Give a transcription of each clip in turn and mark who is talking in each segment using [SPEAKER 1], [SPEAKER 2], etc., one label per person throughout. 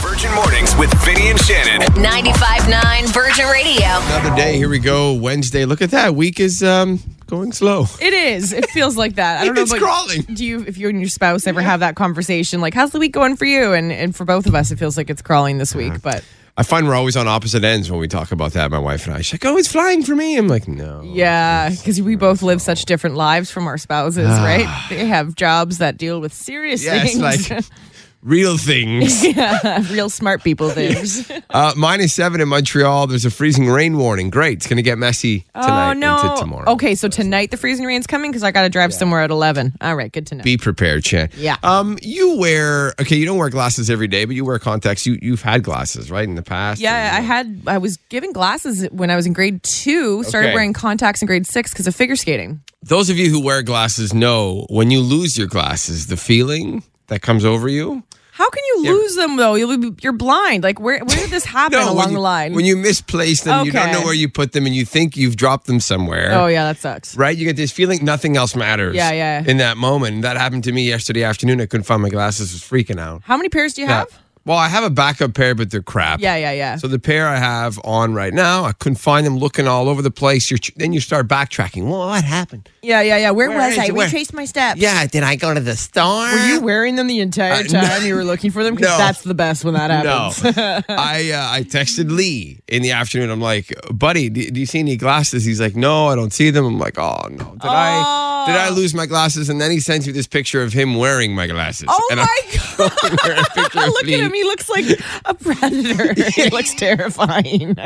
[SPEAKER 1] Virgin Mornings with Vinny and Shannon.
[SPEAKER 2] 95.9 Virgin Radio.
[SPEAKER 3] Another day. Here we go. Wednesday. Look at that. Week is um going slow.
[SPEAKER 4] It is. It feels like that. I don't know.
[SPEAKER 3] It's
[SPEAKER 4] about-
[SPEAKER 3] crawling.
[SPEAKER 4] Do you, if you and your spouse ever have that conversation, like, how's the week going for you? And and for both of us, it feels like it's crawling this
[SPEAKER 3] Uh-huh.
[SPEAKER 4] week. But
[SPEAKER 3] I find we're always on opposite ends when we talk about that. My wife and I. She's like, "Oh, it's flying for me." I'm like, "No."
[SPEAKER 4] yeah, because we both live such different lives from our spouses, right? They have jobs that deal with serious
[SPEAKER 3] Ah. Yeah, it's
[SPEAKER 4] things,
[SPEAKER 3] like real things.
[SPEAKER 4] real smart people things.
[SPEAKER 3] Uh, minus seven in Montreal. There's a freezing rain warning. Great. It's going to get messy tonight
[SPEAKER 4] oh no!
[SPEAKER 3] into tomorrow.
[SPEAKER 4] Okay, so tonight the freezing rain's coming because I got to drive somewhere at eleven. All right, good to know.
[SPEAKER 3] Be prepared, Chan.
[SPEAKER 4] Yeah.
[SPEAKER 3] Um, you wear okay. You don't wear glasses every day, but you wear contacts. You you've had glasses right in the past.
[SPEAKER 4] Yeah, I had I was given glasses when I was in grade two. Started
[SPEAKER 3] Okay.
[SPEAKER 4] wearing contacts in grade six because of figure skating.
[SPEAKER 3] those of you who wear glasses know when you lose your glasses, the feeling that comes over you.
[SPEAKER 4] How can you lose them though? You'll be, you're blind. Like where where did this happen
[SPEAKER 3] when
[SPEAKER 4] along
[SPEAKER 3] you-
[SPEAKER 4] the line?
[SPEAKER 3] When you misplace them, you don't
[SPEAKER 4] Okay.
[SPEAKER 3] know where you put them, and you think you've dropped them somewhere.
[SPEAKER 4] oh yeah, that sucks.
[SPEAKER 3] Right? You get this feeling nothing else matters.
[SPEAKER 4] Yeah, yeah.
[SPEAKER 3] In that moment. And that happened to me yesterday afternoon. I couldn't find my glasses, was freaking out.
[SPEAKER 4] How many pairs do you have?
[SPEAKER 3] Well, I have a backup pair, but they're crap.
[SPEAKER 4] Yeah, yeah, yeah.
[SPEAKER 3] So the pair I have on right now, I couldn't find them looking all over the place. You're, then you start backtracking. Well, what happened?
[SPEAKER 4] yeah, yeah, yeah. Where,
[SPEAKER 3] Where
[SPEAKER 4] was
[SPEAKER 3] is
[SPEAKER 4] I?
[SPEAKER 3] it? Where-
[SPEAKER 4] Retraced my steps.
[SPEAKER 3] Yeah, did I go to the store?
[SPEAKER 4] Were you wearing them the entire
[SPEAKER 3] no.
[SPEAKER 4] time you were looking for them? Because
[SPEAKER 3] No.
[SPEAKER 4] that's the best when that happens.
[SPEAKER 3] No, I uh, I texted Lee in the afternoon. I'm like, buddy, do, do you see any glasses? He's like, no, I don't see them. I'm like, oh no, did I did
[SPEAKER 4] Oh.
[SPEAKER 3] I lose my glasses? And then he sends me this picture of him wearing my glasses.
[SPEAKER 4] Oh
[SPEAKER 3] and
[SPEAKER 4] my god!
[SPEAKER 3] I'm wearing a picture of
[SPEAKER 4] Look at
[SPEAKER 3] Lee.
[SPEAKER 4] him. He looks like a predator. he looks terrifying.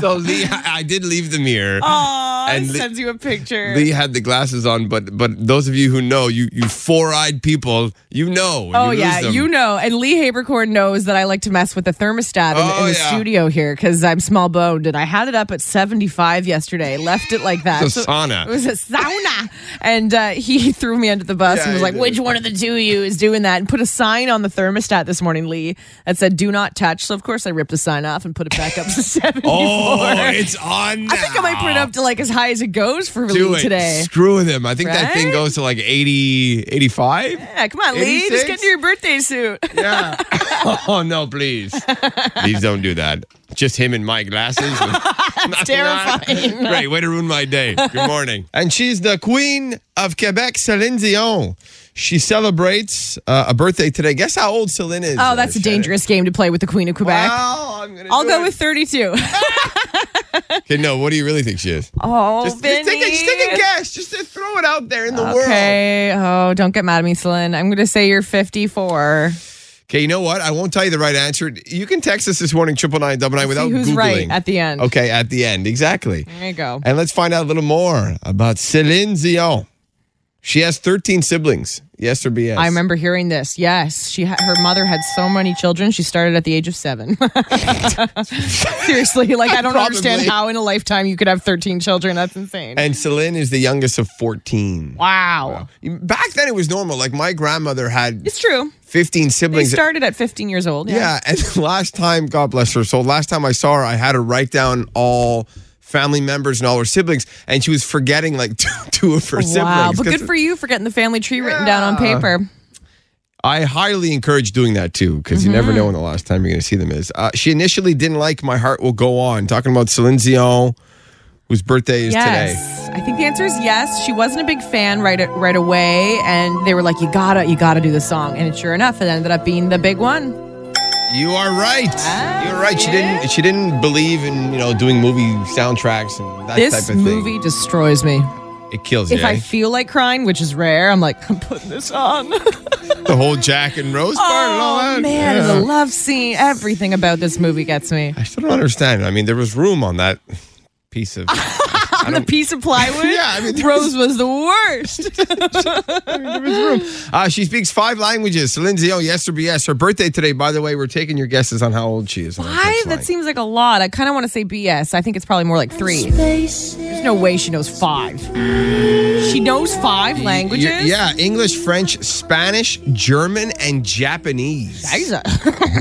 [SPEAKER 3] So Lee, I, I did leave the mirror.
[SPEAKER 4] Aw,
[SPEAKER 3] And
[SPEAKER 4] he
[SPEAKER 3] Lee-
[SPEAKER 4] sends you a picture.
[SPEAKER 3] Lee had the glasses on, but but those of you who know, you you four eyed people, you know. when
[SPEAKER 4] Oh
[SPEAKER 3] you lose
[SPEAKER 4] yeah,
[SPEAKER 3] them.
[SPEAKER 4] you know, and Lee Habercorn knows that I like to mess with the thermostat in,
[SPEAKER 3] Oh,
[SPEAKER 4] in the
[SPEAKER 3] yeah.
[SPEAKER 4] studio here because I'm small boned, and I had it up at 75 yesterday. Left it like that.
[SPEAKER 3] It's a sauna.
[SPEAKER 4] It was a sauna, and uh, he threw me under the bus
[SPEAKER 3] Yeah,
[SPEAKER 4] and was
[SPEAKER 3] he
[SPEAKER 4] like,
[SPEAKER 3] did.
[SPEAKER 4] "Which one of the two of you is doing that?" And put a sign on the thermostat this morning, Lee, that said "Do not touch." So of course, I ripped the sign off and put it back up to 74.
[SPEAKER 3] Oh, it's on.
[SPEAKER 4] I think I might put it
[SPEAKER 3] now.
[SPEAKER 4] up to like as high as it goes for
[SPEAKER 3] Do
[SPEAKER 4] Lee
[SPEAKER 3] it.
[SPEAKER 4] today.
[SPEAKER 3] Screw with him. I think that thing
[SPEAKER 4] Right?
[SPEAKER 3] goes to like 80, 85.
[SPEAKER 4] Yeah, come on, Lee,
[SPEAKER 3] 86?
[SPEAKER 4] just get into your birthday suit.
[SPEAKER 3] Yeah. oh no, please. please don't do that. Just him in my glasses. That's
[SPEAKER 4] terrifying.
[SPEAKER 3] Great way to ruin my day. Good morning. and she's the queen of Quebec, Celine Dion. She celebrates uh, a birthday today. Guess how old Celine is?
[SPEAKER 4] Oh,
[SPEAKER 3] uh,
[SPEAKER 4] that's a
[SPEAKER 3] Shannon?
[SPEAKER 4] dangerous game to play with the Queen of Quebec.
[SPEAKER 3] Well, I'm gonna
[SPEAKER 4] I'll
[SPEAKER 3] do
[SPEAKER 4] go
[SPEAKER 3] it.
[SPEAKER 4] with 32.
[SPEAKER 3] Okay, no. What do you really think she is?
[SPEAKER 4] Oh,
[SPEAKER 3] just, just take a, just take a guess. Just uh, throw it out there in the world.
[SPEAKER 4] Okay. Oh, don't get mad at me, Celine. I'm going to say you're 54.
[SPEAKER 3] Okay, you know what? I won't tell you the right answer. You can text us this morning, triple nine double nine, without
[SPEAKER 4] See who's
[SPEAKER 3] googling.
[SPEAKER 4] right at the end.
[SPEAKER 3] Okay, at the end, exactly.
[SPEAKER 4] There you go.
[SPEAKER 3] And let's find out a little more about Celine Dion. She has 13 siblings. Yes or BS?
[SPEAKER 4] I remember hearing this. Yes, she ha- her mother had so many children. She started at the age of seven. Seriously, like I don't
[SPEAKER 3] Probably.
[SPEAKER 4] understand how in a lifetime you could have thirteen children. That's insane.
[SPEAKER 3] And Celine is the youngest of 14.
[SPEAKER 4] wow,
[SPEAKER 3] Back then, it was normal. Like my grandmother had
[SPEAKER 4] it's true.
[SPEAKER 3] 15
[SPEAKER 4] They
[SPEAKER 3] siblings.
[SPEAKER 4] started at fifteen years old.
[SPEAKER 3] yeah, and last time, God bless her. So last time I saw her, I had her write down all family members and all her siblings, and she was forgetting like two, two of her siblings.
[SPEAKER 4] Wow, but
[SPEAKER 3] 'cause
[SPEAKER 4] good for you for getting the family tree written down on paper.
[SPEAKER 3] I highly encourage doing that too, because you
[SPEAKER 4] Mm-hmm.
[SPEAKER 3] never know when the last time you're going to see them is. Uh, she initially didn't like "My Heart Will Go On," talking about Celine Dion, whose birthday is today.
[SPEAKER 4] yes. I think the answer is yes. She wasn't a big fan right right away, and they were like, "You gotta, you gotta do the song." And sure enough, it ended up being the big one.
[SPEAKER 3] You are right.
[SPEAKER 4] Ah,
[SPEAKER 3] You're right. She didn't. She didn't believe in you know doing movie soundtracks and that type
[SPEAKER 4] This
[SPEAKER 3] of
[SPEAKER 4] movie destroys me.
[SPEAKER 3] thing. It kills
[SPEAKER 4] If
[SPEAKER 3] you.
[SPEAKER 4] I
[SPEAKER 3] eh?
[SPEAKER 4] feel like crying, which is rare, I'm like, I'm putting this on.
[SPEAKER 3] the whole Jack and Rose part. and all
[SPEAKER 4] oh
[SPEAKER 3] that.
[SPEAKER 4] man,
[SPEAKER 3] Yeah.
[SPEAKER 4] the love scene, everything about this movie gets me.
[SPEAKER 3] I still don't understand. I mean, there was room on that piece of.
[SPEAKER 4] On the piece of plywood,
[SPEAKER 3] Yeah, I mean, there
[SPEAKER 4] Rose was the worst.
[SPEAKER 3] Uh, she speaks five languages. Celine Dion, yes or BS. Her birthday today, by the way. We're taking your guesses on how old she is. on our
[SPEAKER 4] Five?
[SPEAKER 3] text
[SPEAKER 4] That
[SPEAKER 3] line.
[SPEAKER 4] seems like a lot. I kind of want to say BS. I think it's probably more like three. There's no way she knows five. She knows five languages.
[SPEAKER 3] Y- Yeah, English, French, Spanish, German, and Japanese.
[SPEAKER 4] Jesus.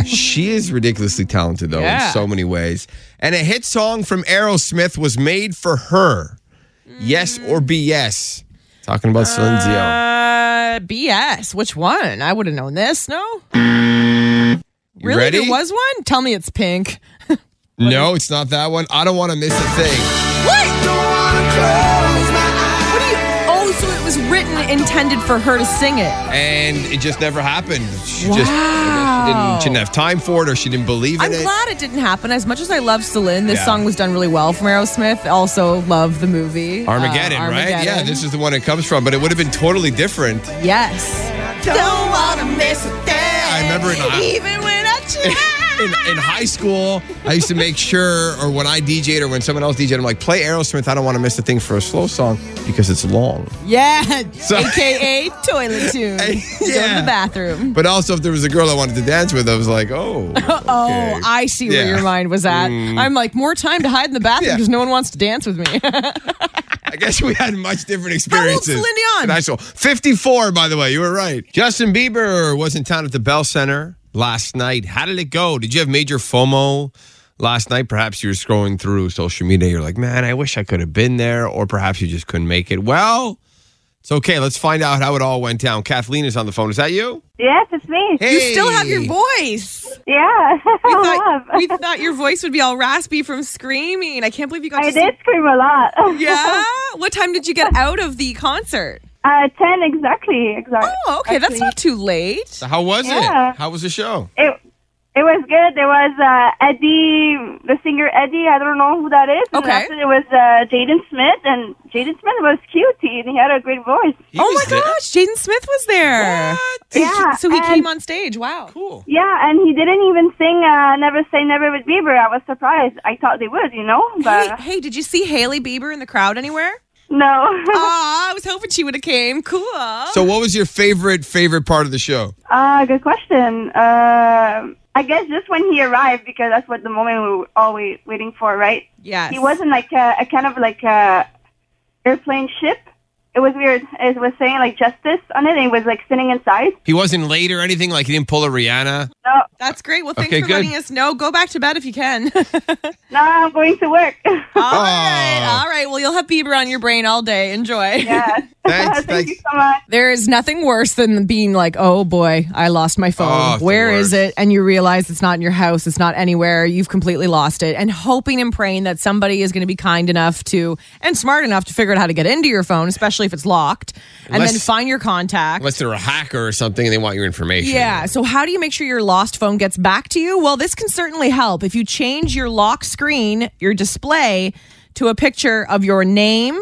[SPEAKER 3] She is ridiculously talented, though, in
[SPEAKER 4] Yeah.
[SPEAKER 3] so many ways. And a hit song from Aerosmith was made for her.
[SPEAKER 4] Mm.
[SPEAKER 3] Yes or BS? Talking about Celine Dion.
[SPEAKER 4] Uh, BS. Which one? I would have known this. No.
[SPEAKER 3] You
[SPEAKER 4] really?
[SPEAKER 3] ready?
[SPEAKER 4] There was one? Tell me it's pink.
[SPEAKER 3] no, it's not that one. I don't want to miss a thing.
[SPEAKER 4] What? What do you? Oh, so it was written intended for her to sing it.
[SPEAKER 3] And it just never happened. She just I guess she
[SPEAKER 4] Wow.
[SPEAKER 3] didn't, she didn't have time for it or she didn't believe in
[SPEAKER 4] I'm
[SPEAKER 3] it.
[SPEAKER 4] glad it didn't happen. As much as I love Celine, this
[SPEAKER 3] Yeah.
[SPEAKER 4] song was done really well from Aerosmith. Also, love the movie uh,
[SPEAKER 3] Armageddon, right? Yeah,
[SPEAKER 4] Armageddon.
[SPEAKER 3] this is the one it comes from, but it would have been totally different.
[SPEAKER 4] yes.
[SPEAKER 3] Don't wanna miss a thing. I remember in,
[SPEAKER 4] Even when I try.
[SPEAKER 3] in, in high school, I used to make sure, or when I DJ'd or when someone else DJ'd, I'm like, play Aerosmith. I don't want to miss a thing for a slow song because it's long.
[SPEAKER 4] yeah,
[SPEAKER 3] So-
[SPEAKER 4] aka toilet tune.
[SPEAKER 3] Hey,
[SPEAKER 4] Go to
[SPEAKER 3] yeah.
[SPEAKER 4] the bathroom.
[SPEAKER 3] But also, if there was a girl I wanted to dance with, I was like, oh.
[SPEAKER 4] Oh, I see where
[SPEAKER 3] Yeah. Mm.
[SPEAKER 4] your mind was at. I'm like, more time to hide in the bathroom
[SPEAKER 3] Yeah.
[SPEAKER 4] because no one wants to dance with me.
[SPEAKER 3] I guess we had much different
[SPEAKER 4] old's
[SPEAKER 3] experiences.
[SPEAKER 4] Celine Dion?
[SPEAKER 3] in high school. 54, by the way. You were right. Justin Bieber was in town at the Bell Center last night. How did it go? Did you have major FOMO last night? Perhaps you were scrolling through social media. You're like, man, I wish I could have been there, or perhaps you just couldn't make it. Well, it's okay. Let's find out how it all went down. Kathleen is on the phone. Is that you?
[SPEAKER 5] Yes, it's me.
[SPEAKER 4] you still have your voice.
[SPEAKER 5] Yeah.
[SPEAKER 4] We
[SPEAKER 5] I
[SPEAKER 4] thought,
[SPEAKER 5] love.
[SPEAKER 4] we thought your voice would be all raspy from screaming. I can't believe you got
[SPEAKER 5] I
[SPEAKER 4] to
[SPEAKER 5] did scream a lot.
[SPEAKER 4] See- yeah. What time did you get out of the concert?
[SPEAKER 5] Uh, 10 exactly. Exactly.
[SPEAKER 4] Oh, okay. That's
[SPEAKER 5] Actually,
[SPEAKER 4] not too late.
[SPEAKER 3] How was
[SPEAKER 5] Yeah.
[SPEAKER 3] it? How was the show?
[SPEAKER 4] Oh
[SPEAKER 5] It, it was good. There was uh, Eddie, the singer Eddie. I don't know who that is. And
[SPEAKER 4] Okay.
[SPEAKER 5] After there was uh, Jaden Smith, and Jaden Smith was cute. He, he had a great voice.
[SPEAKER 3] He
[SPEAKER 4] Oh
[SPEAKER 3] was
[SPEAKER 4] my
[SPEAKER 3] there.
[SPEAKER 4] gosh, Jaden Smith was there.
[SPEAKER 5] Yeah,
[SPEAKER 4] So he
[SPEAKER 5] and-
[SPEAKER 4] came on stage. Wow.
[SPEAKER 3] Cool.
[SPEAKER 5] Yeah, and he didn't even sing uh, "Never Say Never" with Bieber. I was surprised. I thought they would, you know,
[SPEAKER 4] Hey,
[SPEAKER 5] but
[SPEAKER 4] hey, did you see Haley Bieber in the crowd anywhere?
[SPEAKER 5] no.
[SPEAKER 4] Aw, I was hoping she would have came. Cool.
[SPEAKER 3] So, what was your favorite favorite part of the show?
[SPEAKER 5] Uh, good question. Uh, I guess just when he arrived, because that's what the moment we were all wait, waiting for, right?
[SPEAKER 4] yes.
[SPEAKER 5] He wasn't like a, a kind of like a airplane ship. It was weird. It was saying like justice on it, and it was like sitting inside.
[SPEAKER 3] He wasn't late or anything. Like he didn't pull a Rihanna.
[SPEAKER 5] No,
[SPEAKER 4] That's great. Well, thanks
[SPEAKER 3] Okay,
[SPEAKER 4] for
[SPEAKER 3] good.
[SPEAKER 4] letting us know. Go back to bed if you can. all
[SPEAKER 5] no, I'm going to work.
[SPEAKER 4] right. All right. Well, you'll have Bieber on your brain all day. Enjoy.
[SPEAKER 5] yeah.
[SPEAKER 3] Thanks,
[SPEAKER 5] Thank
[SPEAKER 3] thanks.
[SPEAKER 5] you so much.
[SPEAKER 4] There is nothing worse than being like, oh boy, I lost my
[SPEAKER 3] Oh,
[SPEAKER 4] phone.
[SPEAKER 3] it's the
[SPEAKER 4] Where is
[SPEAKER 3] worst.
[SPEAKER 4] it? And you realize it's not in your house, it's not anywhere. You've completely lost it. And hoping and praying that somebody is going to be kind enough to and smart enough to figure out how to get into your phone, especially if it's locked, and then
[SPEAKER 3] Unless-
[SPEAKER 4] find your contact.
[SPEAKER 3] Unless they're a hacker or something and they want your information.
[SPEAKER 4] Yeah. So, how do you make sure your lost phone gets back to you? Well, this can certainly help. If you change your lock screen, your display, to a picture of your name,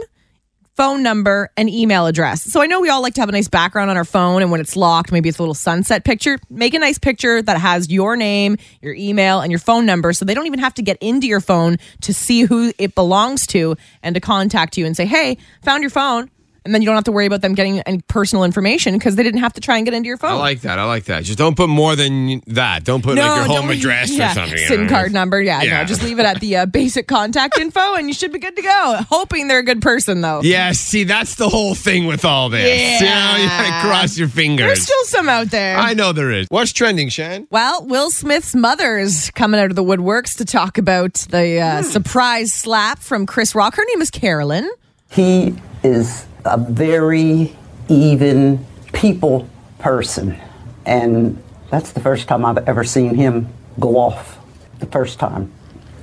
[SPEAKER 4] phone number, and email address. So, I know we all like to have a nice background on our phone, and when it's locked, maybe it's a little sunset picture. Make a nice picture that has your name, your email, and your phone number so they don't even have to get into your phone to see who it belongs to and to contact you and say, hey, found your phone. And then you don't have to worry about them getting any personal information because they didn't have to try and get into your phone
[SPEAKER 3] I like that. I like that. Just don't put more than that. Don't put like your
[SPEAKER 4] don't
[SPEAKER 3] home
[SPEAKER 4] worry.
[SPEAKER 3] address
[SPEAKER 4] Yeah,
[SPEAKER 3] or something. you
[SPEAKER 4] SIM
[SPEAKER 3] know?
[SPEAKER 4] card number. Yeah,
[SPEAKER 3] Yeah.
[SPEAKER 4] no, just leave it at the uh, basic contact info, and you should be good to go. Hoping they're a good person, though.
[SPEAKER 3] Yeah, see, that's the whole thing with all this. You know, you gotta cross your
[SPEAKER 4] There's
[SPEAKER 3] fingers.
[SPEAKER 4] still some out there.
[SPEAKER 3] I know there is. What's trending, Shan?
[SPEAKER 4] well, Will Smith's mother is coming out of the woodworks to talk about the uh,
[SPEAKER 3] Hmm.
[SPEAKER 4] surprise slap from Chris Rock. Her name is Carolyn.
[SPEAKER 6] He is a very even people person. And that's the first time I've ever seen him go off, the first time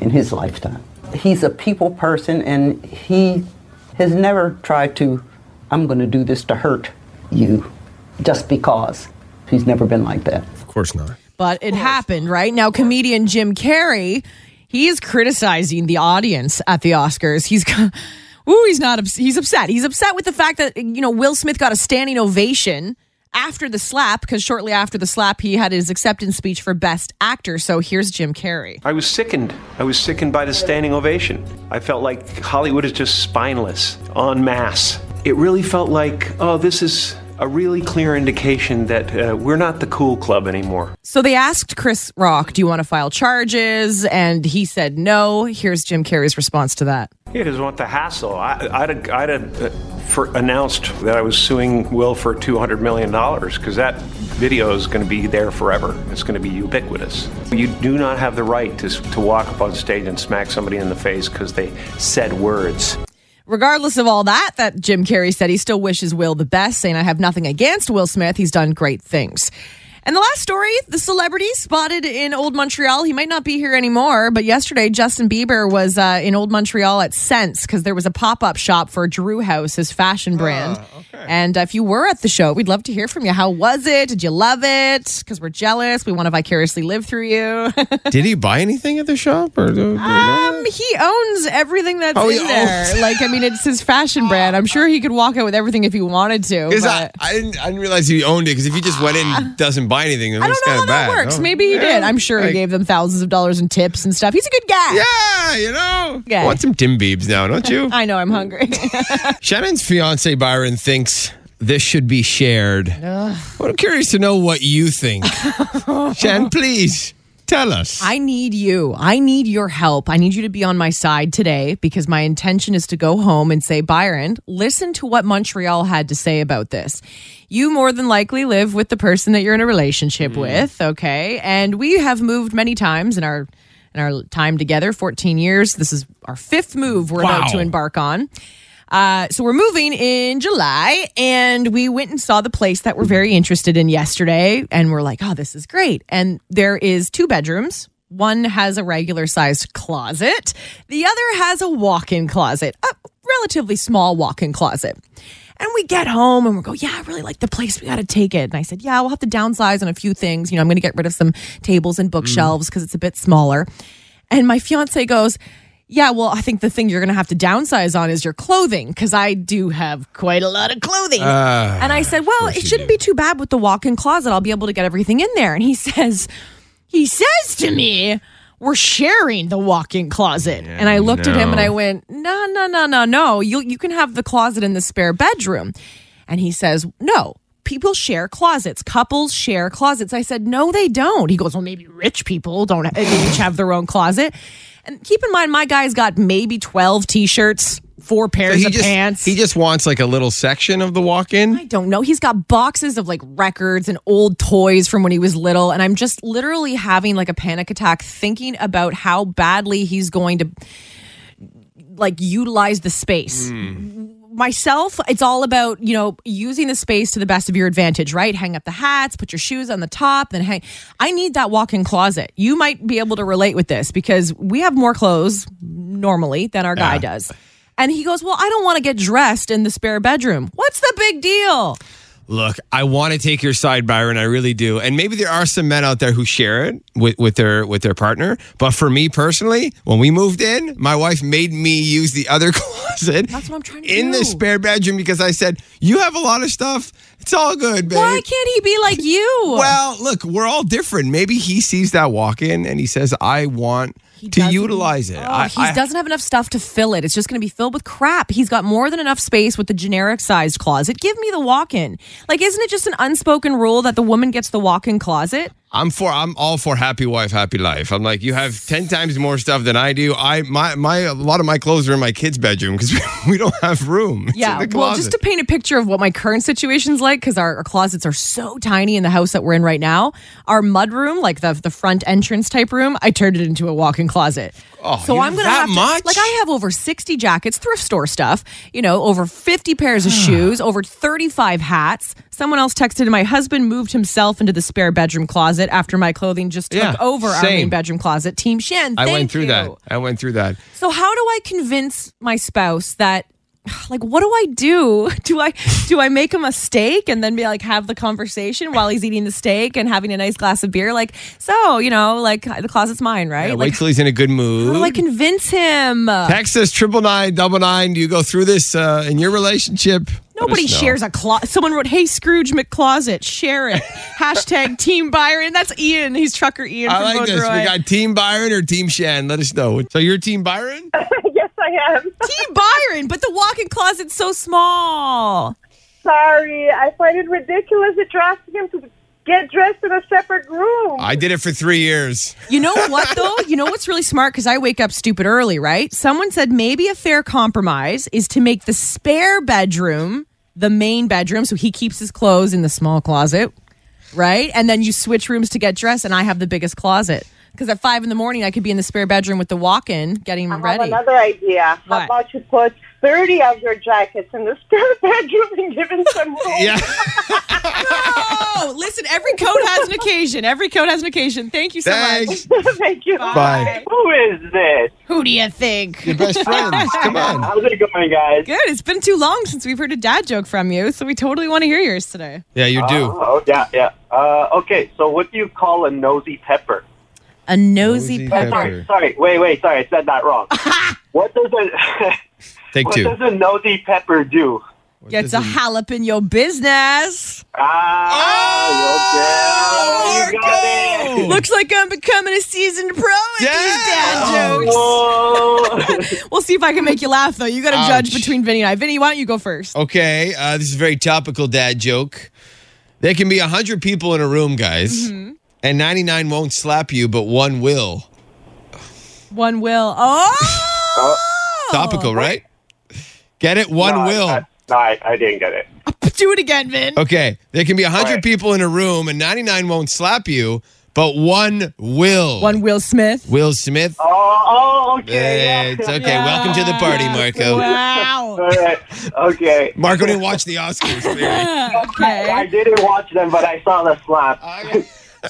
[SPEAKER 6] in his lifetime. He's a people person and he has never tried to, I'm going to do this to hurt you just because. He's never been like that.
[SPEAKER 3] Of course not.
[SPEAKER 4] but it happened, right? Now, comedian Jim Carrey, he is criticizing the audience at the Oscars. He's, ooh, he's not, ups- he's upset. He's upset with the fact that, you know, Will Smith got a standing ovation after the slap, because shortly after the slap, he had his acceptance speech for Best Actor. So here's Jim Carrey.
[SPEAKER 7] I was sickened. I was sickened by the standing ovation. I felt like Hollywood is just spineless en masse. It really felt like, oh, this is a really clear indication that uh, we're not the cool club anymore.
[SPEAKER 4] So they asked Chris Rock, do you want to file charges? And he said no. Here's Jim Carrey's response to that.
[SPEAKER 7] You just want the hassle. I, I'd, have- I'd have uh, for announced that I was suing Will for $200 million because that video is going to be there forever. It's going to be ubiquitous. You do not have the right to, s- to walk up on stage and smack somebody in the face because they said words.
[SPEAKER 4] regardless of all that, that Jim Carrey said he still wishes Will the best, saying, I have nothing against Will Smith. He's done great things. And the last story the celebrity spotted in Old Montreal. He might not be here anymore, but yesterday Justin Bieber was uh, in Old Montreal at Sense because there was a pop up shop for Drew House, his fashion brand. And uh, if you were at the show, we'd love to hear from you. How was it? Did you love it? Because we're jealous. We want to vicariously live through you.
[SPEAKER 3] Did he buy anything at the shop or? do- do you know that?
[SPEAKER 4] Um, he owns everything that's
[SPEAKER 3] Oh, he
[SPEAKER 4] in there.
[SPEAKER 3] owns-
[SPEAKER 4] Like, I mean, it's his fashion brand. I'm sure he could walk out with everything if he wanted to.
[SPEAKER 3] Because I,
[SPEAKER 4] but- Ah.
[SPEAKER 3] I, didn't, I didn't realize he owned it. Because if he just went in and doesn't buy anything, then
[SPEAKER 4] I don't
[SPEAKER 3] that's
[SPEAKER 4] know
[SPEAKER 3] kind
[SPEAKER 4] how
[SPEAKER 3] of bad.
[SPEAKER 4] that works.
[SPEAKER 3] no?
[SPEAKER 4] Maybe he
[SPEAKER 3] Yeah,
[SPEAKER 4] did. I'm sure he
[SPEAKER 3] like-
[SPEAKER 4] gave them thousands of dollars in tips and stuff. He's a good guy.
[SPEAKER 3] Yeah, you know.
[SPEAKER 4] Okay.
[SPEAKER 3] I want some Tim Biebs now, don't you?
[SPEAKER 4] I know I'm hungry.
[SPEAKER 3] Shannon's fiance Byron thinks this should be shared. Well, I'm curious to know what you think. Shannon, please tell us.
[SPEAKER 4] I need you. I need your help. I need you to be on my side today because my intention is to go home and say, Byron, listen to what Montreal had to say about this. You more than likely live with the person that you're in a relationship with, okay? And we have moved many times in our in our time together, 14 years. This is our fifth move we're
[SPEAKER 3] Wow.
[SPEAKER 4] about to embark on. Uh, so we're moving in July, and we went and saw the place that we're very interested in yesterday, and we're like, "Oh, this is great!" And there is two bedrooms. One has a regular sized closet. The other has a walk-in closet, a relatively small walk-in closet. And we get home and we go, yeah, I really like the place. We got to take it. And I said, yeah, we'll have to downsize on a few things. You know, I'm going to get rid of some tables and bookshelves because it's a bit smaller. And my fiance goes, yeah, well, I think the thing you're going to have to downsize on is your clothing because I do have quite a lot of clothing. and I said, well, it shouldn't be too bad with the walk in closet. I'll be able to get everything in there. And he says, he says to me, we're sharing the walk-in closet. and I looked at him and I went, "No, no, no, no, no. You you can have the closet in the spare bedroom." And he says, "No. People share closets. Couples share closets." I said, "No, they don't." He goes, "Well, maybe rich people don't they each have their own closet." And keep in mind my guy's got maybe 12 t-shirts, four pairs
[SPEAKER 3] he
[SPEAKER 4] of
[SPEAKER 3] just
[SPEAKER 4] pants.
[SPEAKER 3] he just wants like a little section of the walk-in.
[SPEAKER 4] I don't know. He's got boxes of like records and old toys from when he was little. And I'm just literally having like a panic attack thinking about how badly he's going to like utilize the space. Myself, it's all about, you know, using the space to the best of your advantage, right? Hang up the hats, put your shoes on the top, then hang. I need that walk in closet. You might be able to relate with this because we have more clothes normally than our guy does. And he goes, Well, I don't want to get dressed in the spare bedroom. What's the big deal?
[SPEAKER 3] Look, I want to take your side, Byron. I really do. And maybe there are some men out there who share it with, with their with their partner. But for me personally, when we moved in, my wife made me use the other closet.
[SPEAKER 4] That's what I'm trying to
[SPEAKER 3] in the
[SPEAKER 4] do.
[SPEAKER 3] spare bedroom because I said you have a lot of stuff. It's all good, babe.
[SPEAKER 4] Why can't he be like you?
[SPEAKER 3] Well, look, we're all different. Maybe he sees that walk in and he says, "I want to
[SPEAKER 4] doesn't-
[SPEAKER 3] utilize it."
[SPEAKER 4] Oh,
[SPEAKER 3] I,
[SPEAKER 4] he
[SPEAKER 3] I-
[SPEAKER 4] doesn't have enough stuff to fill it. It's just going to be filled with crap. He's got more than enough space with the generic sized closet. Give me the walk in. Like, isn't it just an unspoken rule that the woman gets the walk in closet?
[SPEAKER 3] I'm for. I'm all for happy wife, happy life. I'm like, you have ten times more stuff than I do. I my my a lot of my clothes are in my kids' bedroom because we don't have room. It's
[SPEAKER 4] Yeah.
[SPEAKER 3] in the
[SPEAKER 4] Well, just to
[SPEAKER 3] closet.
[SPEAKER 4] paint a picture of what my current situation's like, because our, our closets are so tiny in the house that we're in right now. Our mud room, like the the front entrance type room, I turned it into a walk-in closet.
[SPEAKER 3] Oh,
[SPEAKER 4] so
[SPEAKER 3] you-
[SPEAKER 4] I'm gonna
[SPEAKER 3] that
[SPEAKER 4] have to,
[SPEAKER 3] much?
[SPEAKER 4] like I have over 60 jackets, thrift store stuff. You know, over 50 pairs of shoes, over 35 hats. Someone else texted, my husband moved himself into the spare bedroom closet after my clothing just took
[SPEAKER 3] Yeah,
[SPEAKER 4] over our
[SPEAKER 3] same.
[SPEAKER 4] main bedroom closet. Team Shen,
[SPEAKER 3] I went
[SPEAKER 4] thank
[SPEAKER 3] through
[SPEAKER 4] you.
[SPEAKER 3] that. I went through that.
[SPEAKER 4] So how do I convince my spouse that like what do I do? Do I do I make him a steak and then be like have the conversation while he's eating the steak and having a nice glass of beer like so, you know, like the closet's mine, right?
[SPEAKER 3] Yeah,
[SPEAKER 4] like
[SPEAKER 3] wait till he's in a good
[SPEAKER 4] how
[SPEAKER 3] mood.
[SPEAKER 4] do I convince him?
[SPEAKER 3] Texas triple nine double nine. Do you go through this uh, in your relationship? Let
[SPEAKER 4] Nobody
[SPEAKER 3] us know.
[SPEAKER 4] shares a closet. Someone wrote, "Hey Scrooge McCloset, share it." Hashtag Team Byron. That's Ian. He's trucker Ian
[SPEAKER 3] I
[SPEAKER 4] from
[SPEAKER 3] like this.
[SPEAKER 4] Vaudreuil.
[SPEAKER 3] We got Team Byron or Team Shan. Let us know. So you're Team Byron?
[SPEAKER 5] yes, I am.
[SPEAKER 4] Team Byron, but the walk-in closet's so small.
[SPEAKER 5] Sorry, I find it ridiculous that you're asking him to get dressed in a separate room.
[SPEAKER 3] I did it for three years.
[SPEAKER 4] You know what though? You know what's really smart because I wake up stupid early, right? Someone said maybe a fair compromise is to make the spare bedroom the main bedroom, so he keeps his clothes in the small closet, right? And then you switch rooms to get dressed, and I have the biggest closet. Because at five in the morning, I could be in the spare bedroom with the walk-in getting
[SPEAKER 8] I have
[SPEAKER 4] ready.
[SPEAKER 8] another idea.
[SPEAKER 4] What?
[SPEAKER 8] How about you put 30 of your jackets in the spare bedroom and give him some room?
[SPEAKER 3] Yeah.
[SPEAKER 4] Oh, listen, every coat has an occasion. Every coat has an occasion. Thank you so much.
[SPEAKER 3] Thanks.
[SPEAKER 8] Thank you.
[SPEAKER 3] Bye.
[SPEAKER 8] Who is this?
[SPEAKER 4] Who do you think?
[SPEAKER 3] Your best friends. Come on.
[SPEAKER 8] How's it going, guys?
[SPEAKER 4] Good. It's been too long since we've heard a dad joke from you, so we totally want to hear yours today.
[SPEAKER 3] Yeah, you do.
[SPEAKER 8] Oh, yeah, yeah. Uh, okay, so what do you call a nosy pepper?
[SPEAKER 4] A nosy,
[SPEAKER 3] Nosy
[SPEAKER 4] pepper.
[SPEAKER 3] pepper.
[SPEAKER 8] Sorry, wait, wait, sorry, I said that wrong. what does a
[SPEAKER 3] Take
[SPEAKER 8] what
[SPEAKER 3] two.
[SPEAKER 8] does a nosy pepper do?
[SPEAKER 4] gets a jalapeno business.
[SPEAKER 3] Oh,
[SPEAKER 8] Ah, you got it.
[SPEAKER 4] Looks like I'm becoming a seasoned pro at these dad
[SPEAKER 3] Yeah.
[SPEAKER 4] jokes.
[SPEAKER 8] Whoa.
[SPEAKER 4] We'll see if I can make you laugh, though. You got to judge
[SPEAKER 3] Ouch.
[SPEAKER 4] between Vinny and I. Vinny, why don't you go first?
[SPEAKER 3] Okay, uh, this is a very topical dad joke. There can be 100 people in a room, guys,
[SPEAKER 4] Mm-hmm.
[SPEAKER 3] and 99 won't slap you, but one will.
[SPEAKER 4] One will. Oh!
[SPEAKER 3] Uh, Topical, right? Get it? One
[SPEAKER 8] No, I-
[SPEAKER 3] will.
[SPEAKER 8] I- No, I, I didn't get it.
[SPEAKER 4] Do it again, Vin.
[SPEAKER 3] okay, there can be 100
[SPEAKER 8] All right.
[SPEAKER 3] people in a room, and 99 won't slap you, but one will.
[SPEAKER 4] One Will Smith.
[SPEAKER 3] Will Smith.
[SPEAKER 8] Oh, oh okay.
[SPEAKER 3] Eh,
[SPEAKER 8] Yeah.
[SPEAKER 3] It's okay. Welcome to the party, Marco.
[SPEAKER 4] Wow.
[SPEAKER 8] All right. Okay.
[SPEAKER 3] Marco didn't watch the Oscars. clearly.
[SPEAKER 8] I
[SPEAKER 4] Okay.
[SPEAKER 8] didn't watch them, but I saw the slap.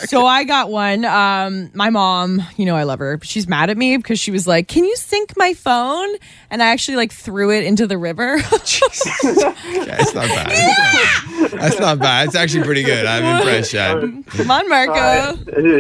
[SPEAKER 4] So I got one. Um, my mom, you know, I love her. She's mad at me because she was like, "Can you sync my phone?" And I actually like threw it into the river.
[SPEAKER 3] Yeah, it's not bad. That's not bad. It's actually pretty good. I'm impressed, Shad.
[SPEAKER 4] Come on, Marco.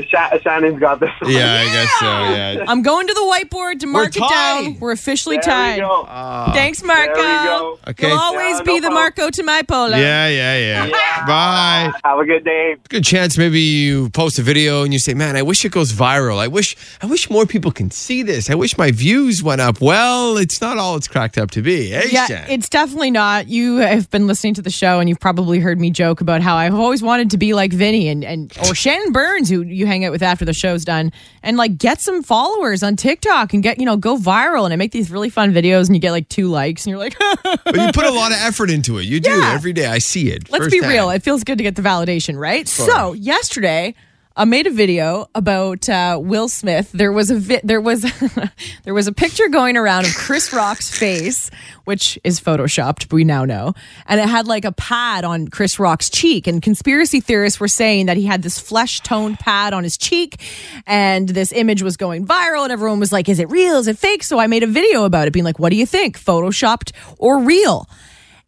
[SPEAKER 8] Sha- Shannon's got this. one.
[SPEAKER 3] Yeah, I guess so. Yeah.
[SPEAKER 4] I'm going to the whiteboard to mark it down.
[SPEAKER 3] tied.
[SPEAKER 4] We're officially
[SPEAKER 8] There
[SPEAKER 4] tied.
[SPEAKER 8] we go.
[SPEAKER 3] Uh,
[SPEAKER 4] Thanks, Marco.
[SPEAKER 8] There we go.
[SPEAKER 3] Okay.
[SPEAKER 4] You'll always
[SPEAKER 8] Yeah,
[SPEAKER 4] be
[SPEAKER 8] no
[SPEAKER 4] the
[SPEAKER 8] problem.
[SPEAKER 4] Marco to my polo.
[SPEAKER 3] Yeah, yeah, yeah.
[SPEAKER 8] Yeah.
[SPEAKER 3] Bye.
[SPEAKER 8] Have a good day.
[SPEAKER 3] Good chance maybe you post a video and you say, "Man, I wish it goes viral. I wish I wish more people can see this. I wish my views went up." Well, it's not all it's cracked up to be. eh,
[SPEAKER 4] Yeah,
[SPEAKER 3] Shan?
[SPEAKER 4] it's definitely not. You have been listening to the show, and you've probably heard me joke about how I've always wanted to be like Vinny and, and or Shannon Burns, who you hang out with after the show's done, and like get some followers on TikTok and get you know go viral. And I make these really fun videos, and you get like two likes, and you're like,
[SPEAKER 3] but you put a lot of effort into it. You do
[SPEAKER 4] Yeah.
[SPEAKER 3] every day. I see it.
[SPEAKER 4] Let's be
[SPEAKER 3] firsthand.
[SPEAKER 4] real. It feels good to get the validation, right? So yesterday, I made a video about uh, Will Smith. There was a vi- there was there was a picture going around of Chris Rock's face, which is photoshopped. We now know, and it had like a pad on Chris Rock's cheek. And conspiracy theorists were saying that he had this flesh toned pad on his cheek, and this image was going viral. And everyone was like, "Is it real? Is it fake?" So I made a video about it, being like, "What do you think? Photoshopped or real?"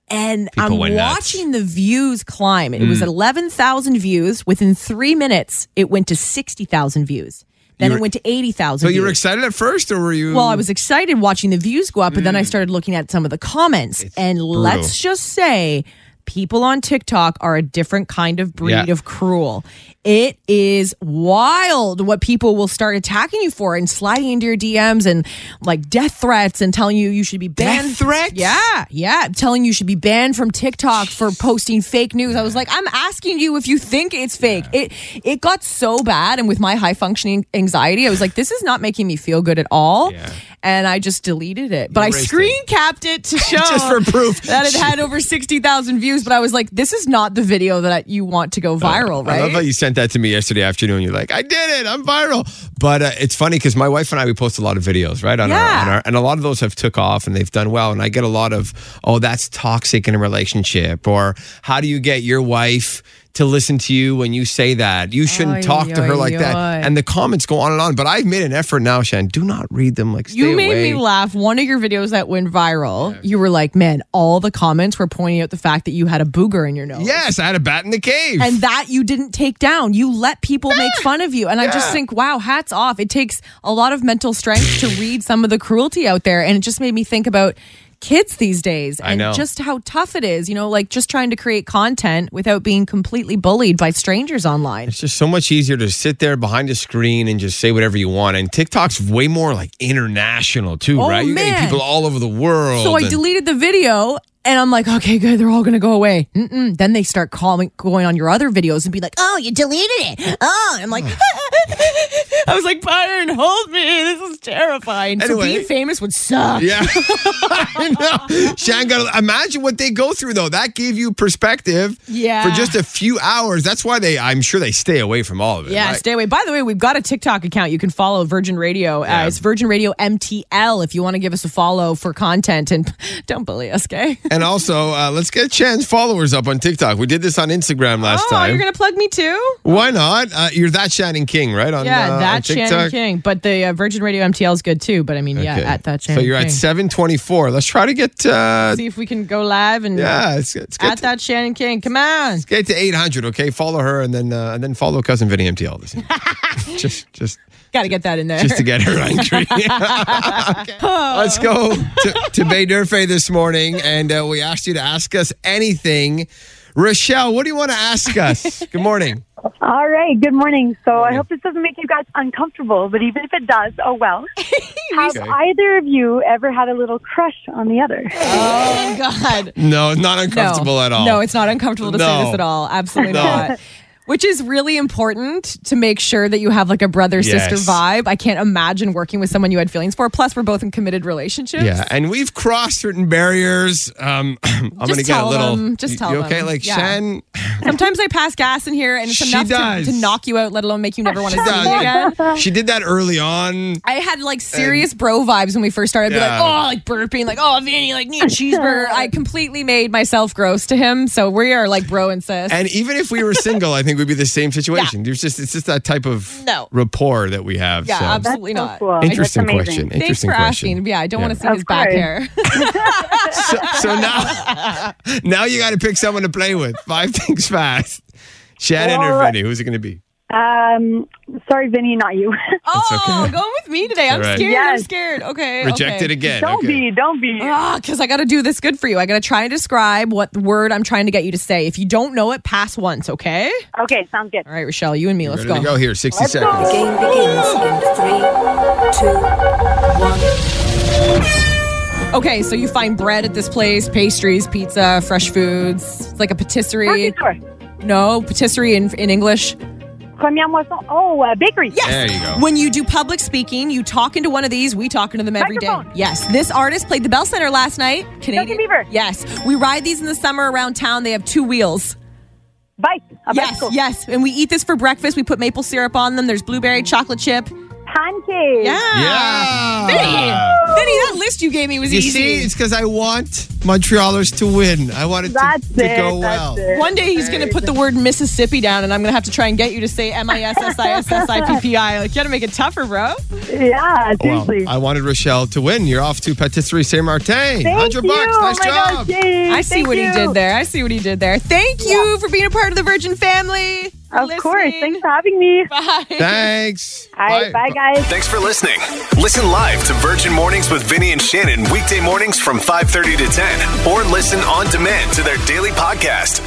[SPEAKER 4] and I'm
[SPEAKER 3] went nuts.
[SPEAKER 4] watching the views climb. It
[SPEAKER 3] Mm.
[SPEAKER 4] was 11,000 views. Within three minutes, it went to 60,000 views. Then it went to 80,000
[SPEAKER 3] So you
[SPEAKER 4] views.
[SPEAKER 3] were excited at first, or were you?
[SPEAKER 4] well, I was excited watching the views go up, but
[SPEAKER 3] Mm.
[SPEAKER 4] then I started looking at some of the comments. and let's just say people on TikTok are a different kind of breed
[SPEAKER 3] Yeah.
[SPEAKER 4] of cruel. It is wild what people will start attacking you for and sliding into your DMs and like death threats and telling you you should be banned.
[SPEAKER 3] threats?
[SPEAKER 4] Yeah, Ah, yeah. Telling you should be banned from TikTok for posting fake news. I was like, I'm asking you if you think it's fake. It it got so bad, and with my high functioning anxiety, I was like, this is not making me feel good at all.
[SPEAKER 3] Yeah.
[SPEAKER 4] And I just deleted it, but I
[SPEAKER 3] erased it.
[SPEAKER 4] screen capped it to show
[SPEAKER 3] Just for proof.
[SPEAKER 4] that it had over sixty thousand views. But I was like, this is not the video that you want to go viral, right?
[SPEAKER 3] Uh, I love how you sent that to me yesterday afternoon. You're like, I did it. I'm viral. But uh, it's funny because my wife and I we post a lot of videos, right? On
[SPEAKER 4] Yeah.
[SPEAKER 3] Our, on our, and a lot of those have took off and they've done well. And I get a lot of, oh, that's toxic in a relationship, or how do you get your wife to listen to you when you say that? You shouldn't
[SPEAKER 4] Oy,
[SPEAKER 3] talk to her
[SPEAKER 4] oy,
[SPEAKER 3] like
[SPEAKER 4] oy.
[SPEAKER 3] that. And the comments go on and on. But I've made an effort now, Shan. Do not read them. Like, stay
[SPEAKER 4] You made
[SPEAKER 3] away.
[SPEAKER 4] me laugh. One of your videos that went viral, you were like, man, all the comments were pointing out the fact that you had a booger in your nose.
[SPEAKER 3] Yes, I had a bat in the cave.
[SPEAKER 4] And that you didn't take down. You let people make fun of you. And I just think, wow, hats off. It takes a lot of mental strength to read some of the cruelty out there. And it just made me think about kids these days and
[SPEAKER 3] know.
[SPEAKER 4] just how tough it is, you know, like just trying to create content without being completely bullied by strangers online.
[SPEAKER 3] It's just so much easier to sit there behind a screen and just say whatever you want. And TikTok's way more like international too,
[SPEAKER 4] Oh,
[SPEAKER 3] right? You're
[SPEAKER 4] man.
[SPEAKER 3] getting people all over the world.
[SPEAKER 4] So I
[SPEAKER 3] and-
[SPEAKER 4] deleted the video and I'm like, okay, good, they're all gonna go away. Mm-mm. Then they start calling, going on your other videos and be like, oh, you deleted it. Oh, and I'm like, I was like, Byron, hold me. This is terrifying.
[SPEAKER 3] Anyway.
[SPEAKER 4] So being famous would suck.
[SPEAKER 3] Yeah. I know. Shan got imagine what they go through though. That gave you perspective
[SPEAKER 4] Yeah.
[SPEAKER 3] for just a few hours. That's why they I'm sure they stay away from all of it.
[SPEAKER 4] Yeah,
[SPEAKER 3] right?
[SPEAKER 4] stay away. By the way, we've got a TikTok account you can follow Virgin Radio. Uh, it's Virgin Radio MTL if you want to give us a follow for content and don't bully us, okay?
[SPEAKER 3] and also, uh, let's get Chan's followers up on TikTok. We did this on Instagram last
[SPEAKER 4] oh,
[SPEAKER 3] time.
[SPEAKER 4] you're going to plug me too?
[SPEAKER 3] Why not? Uh, you're that Shannon King, right? On,
[SPEAKER 4] Yeah,
[SPEAKER 3] uh, on
[SPEAKER 4] that
[SPEAKER 3] TikTok?
[SPEAKER 4] Shannon King. But the uh, Virgin Radio MTL is good too. But I mean, yeah,
[SPEAKER 3] Okay.
[SPEAKER 4] at that Shannon
[SPEAKER 3] So you're
[SPEAKER 4] King.
[SPEAKER 3] at 724. Let's try to get. Uh,
[SPEAKER 4] See if we can go live and
[SPEAKER 3] yeah, let's, let's get
[SPEAKER 4] at
[SPEAKER 3] to,
[SPEAKER 4] that Shannon King. Come on.
[SPEAKER 3] get to 800. Okay, follow her and then uh, and then follow cousin Vinny MTL. This year. just just
[SPEAKER 4] Got to get that in there.
[SPEAKER 3] just to get her angry. Okay. Let's go to, to Bay Durfay this morning, and uh, we asked you to ask us anything. Rochelle, what do you want to ask us? Good morning.
[SPEAKER 5] All right. Good morning. So I hope this doesn't make you guys uncomfortable, but even if it does, oh well. Have
[SPEAKER 3] Okay.
[SPEAKER 5] either of you ever had a little crush on the other?
[SPEAKER 4] oh, God.
[SPEAKER 3] No, not uncomfortable
[SPEAKER 4] no.
[SPEAKER 3] at all.
[SPEAKER 4] No, it's not uncomfortable to say
[SPEAKER 3] No.
[SPEAKER 4] this at all. Absolutely
[SPEAKER 3] No.
[SPEAKER 4] not. Which is really important to make sure that you have like a brother sister
[SPEAKER 3] Yes.
[SPEAKER 4] vibe. I can't imagine working with someone you had feelings for. Plus, we're both in committed relationships.
[SPEAKER 3] Yeah, and we've crossed certain barriers. Um, I'm gonna get a
[SPEAKER 4] tell
[SPEAKER 3] little.
[SPEAKER 4] them. Just
[SPEAKER 3] you-
[SPEAKER 4] tell
[SPEAKER 3] you okay?
[SPEAKER 4] them.
[SPEAKER 3] Like
[SPEAKER 4] Yeah.
[SPEAKER 3] Shan,
[SPEAKER 4] Sometimes I pass gas in here and it's
[SPEAKER 3] She
[SPEAKER 4] enough to,
[SPEAKER 3] does.
[SPEAKER 4] to knock you out, let alone make you never want to
[SPEAKER 3] She
[SPEAKER 4] see
[SPEAKER 3] does.
[SPEAKER 4] me again.
[SPEAKER 3] she did that early on.
[SPEAKER 4] I had like serious bro vibes when we first started. I'd be
[SPEAKER 3] Yeah.
[SPEAKER 4] like, oh, like burping, like, oh, Vinny, like, need a cheeseburger. I completely made myself gross to him. So we are like bro and sis.
[SPEAKER 3] And even if we were single, I think we'd be the same situation. There's just it's just that type of
[SPEAKER 4] No.
[SPEAKER 3] rapport that we have.
[SPEAKER 4] yeah,
[SPEAKER 3] so.
[SPEAKER 4] absolutely not.
[SPEAKER 5] cool.
[SPEAKER 3] Interesting
[SPEAKER 5] That's amazing.
[SPEAKER 3] question.
[SPEAKER 4] Thanks
[SPEAKER 3] Interesting
[SPEAKER 4] for
[SPEAKER 3] question.
[SPEAKER 4] asking. Yeah, I don't want to see his
[SPEAKER 5] Of
[SPEAKER 4] back
[SPEAKER 5] course.
[SPEAKER 4] hair.
[SPEAKER 3] So, so now, now you got to pick someone to play with. Five things fast. Shannon or
[SPEAKER 5] Well,
[SPEAKER 3] Vinny? Who's it going to be?
[SPEAKER 5] Um, sorry, Vinny, not you.
[SPEAKER 4] oh, going with me today. I'm
[SPEAKER 3] all right.
[SPEAKER 4] scared. I'm
[SPEAKER 5] Yes.
[SPEAKER 4] scared. Okay.
[SPEAKER 3] Rejected
[SPEAKER 4] okay.
[SPEAKER 3] again.
[SPEAKER 5] don't
[SPEAKER 3] okay.
[SPEAKER 5] be. Don't be.
[SPEAKER 4] because I got to do this good for you. I got to try and describe what the word I'm trying to get you to say. If you don't know it, pass once, okay?
[SPEAKER 5] Okay, sounds good.
[SPEAKER 4] All right, Rochelle, you and me, let's
[SPEAKER 3] Ready to go here. 60 seconds.
[SPEAKER 9] Game begins in three, two, one.
[SPEAKER 4] Okay, so you find bread at this place, pastries, pizza, fresh foods. It's like a patisserie.
[SPEAKER 5] Grocery store.
[SPEAKER 4] No, patisserie in, in English.
[SPEAKER 5] Première moisson. Oh, uh, bakery.
[SPEAKER 4] Yes.
[SPEAKER 3] There you go.
[SPEAKER 4] When you do public speaking, you talk into one of these. We talk into them every day.
[SPEAKER 5] Microphone.
[SPEAKER 4] Yes. This artist played the Bell Center last night. Canadian.
[SPEAKER 5] Justin Bieber.
[SPEAKER 4] Yes. We ride these in the summer around town. They have two wheels.
[SPEAKER 5] Bike. A
[SPEAKER 4] yes.
[SPEAKER 5] bicycle.
[SPEAKER 4] Yes. And we eat this for breakfast. We put maple syrup on them. There's blueberry, chocolate chip.
[SPEAKER 5] Pancake.
[SPEAKER 4] Yeah.
[SPEAKER 3] Yeah.
[SPEAKER 4] Vinny, Vinny, that list you gave me was
[SPEAKER 3] You
[SPEAKER 4] easy.
[SPEAKER 3] see, it's because I want Montrealers to win. I want it to,
[SPEAKER 5] That's
[SPEAKER 3] to
[SPEAKER 5] it.
[SPEAKER 3] go
[SPEAKER 5] that's
[SPEAKER 3] well.
[SPEAKER 5] it.
[SPEAKER 4] One day he's going to put the word Mississippi down, and I'm going to have to try and get you to say M I S S I S S I P P I. Like, you got to make it tougher, bro.
[SPEAKER 5] Yeah,
[SPEAKER 3] Well,
[SPEAKER 5] seriously.
[SPEAKER 3] I wanted Rochelle to win. You're off to Patisserie Saint Martin.
[SPEAKER 5] Thank
[SPEAKER 3] 100
[SPEAKER 5] you.
[SPEAKER 3] bucks. Nice
[SPEAKER 5] oh my
[SPEAKER 3] job.
[SPEAKER 5] Gosh, yay.
[SPEAKER 4] I see
[SPEAKER 5] Thank
[SPEAKER 4] what
[SPEAKER 5] you.
[SPEAKER 4] he did there. I see what he did there. Thank you for being a part of the Virgin family. for
[SPEAKER 5] Of course.
[SPEAKER 4] listening.
[SPEAKER 5] Thanks for having me.
[SPEAKER 4] Bye.
[SPEAKER 3] Thanks.
[SPEAKER 5] All right, bye guys.
[SPEAKER 1] Thanks for listening. Listen live to Virgin Mornings with Vinny and Shannon weekday mornings from 5:30 to 10 or listen on demand to their daily podcast.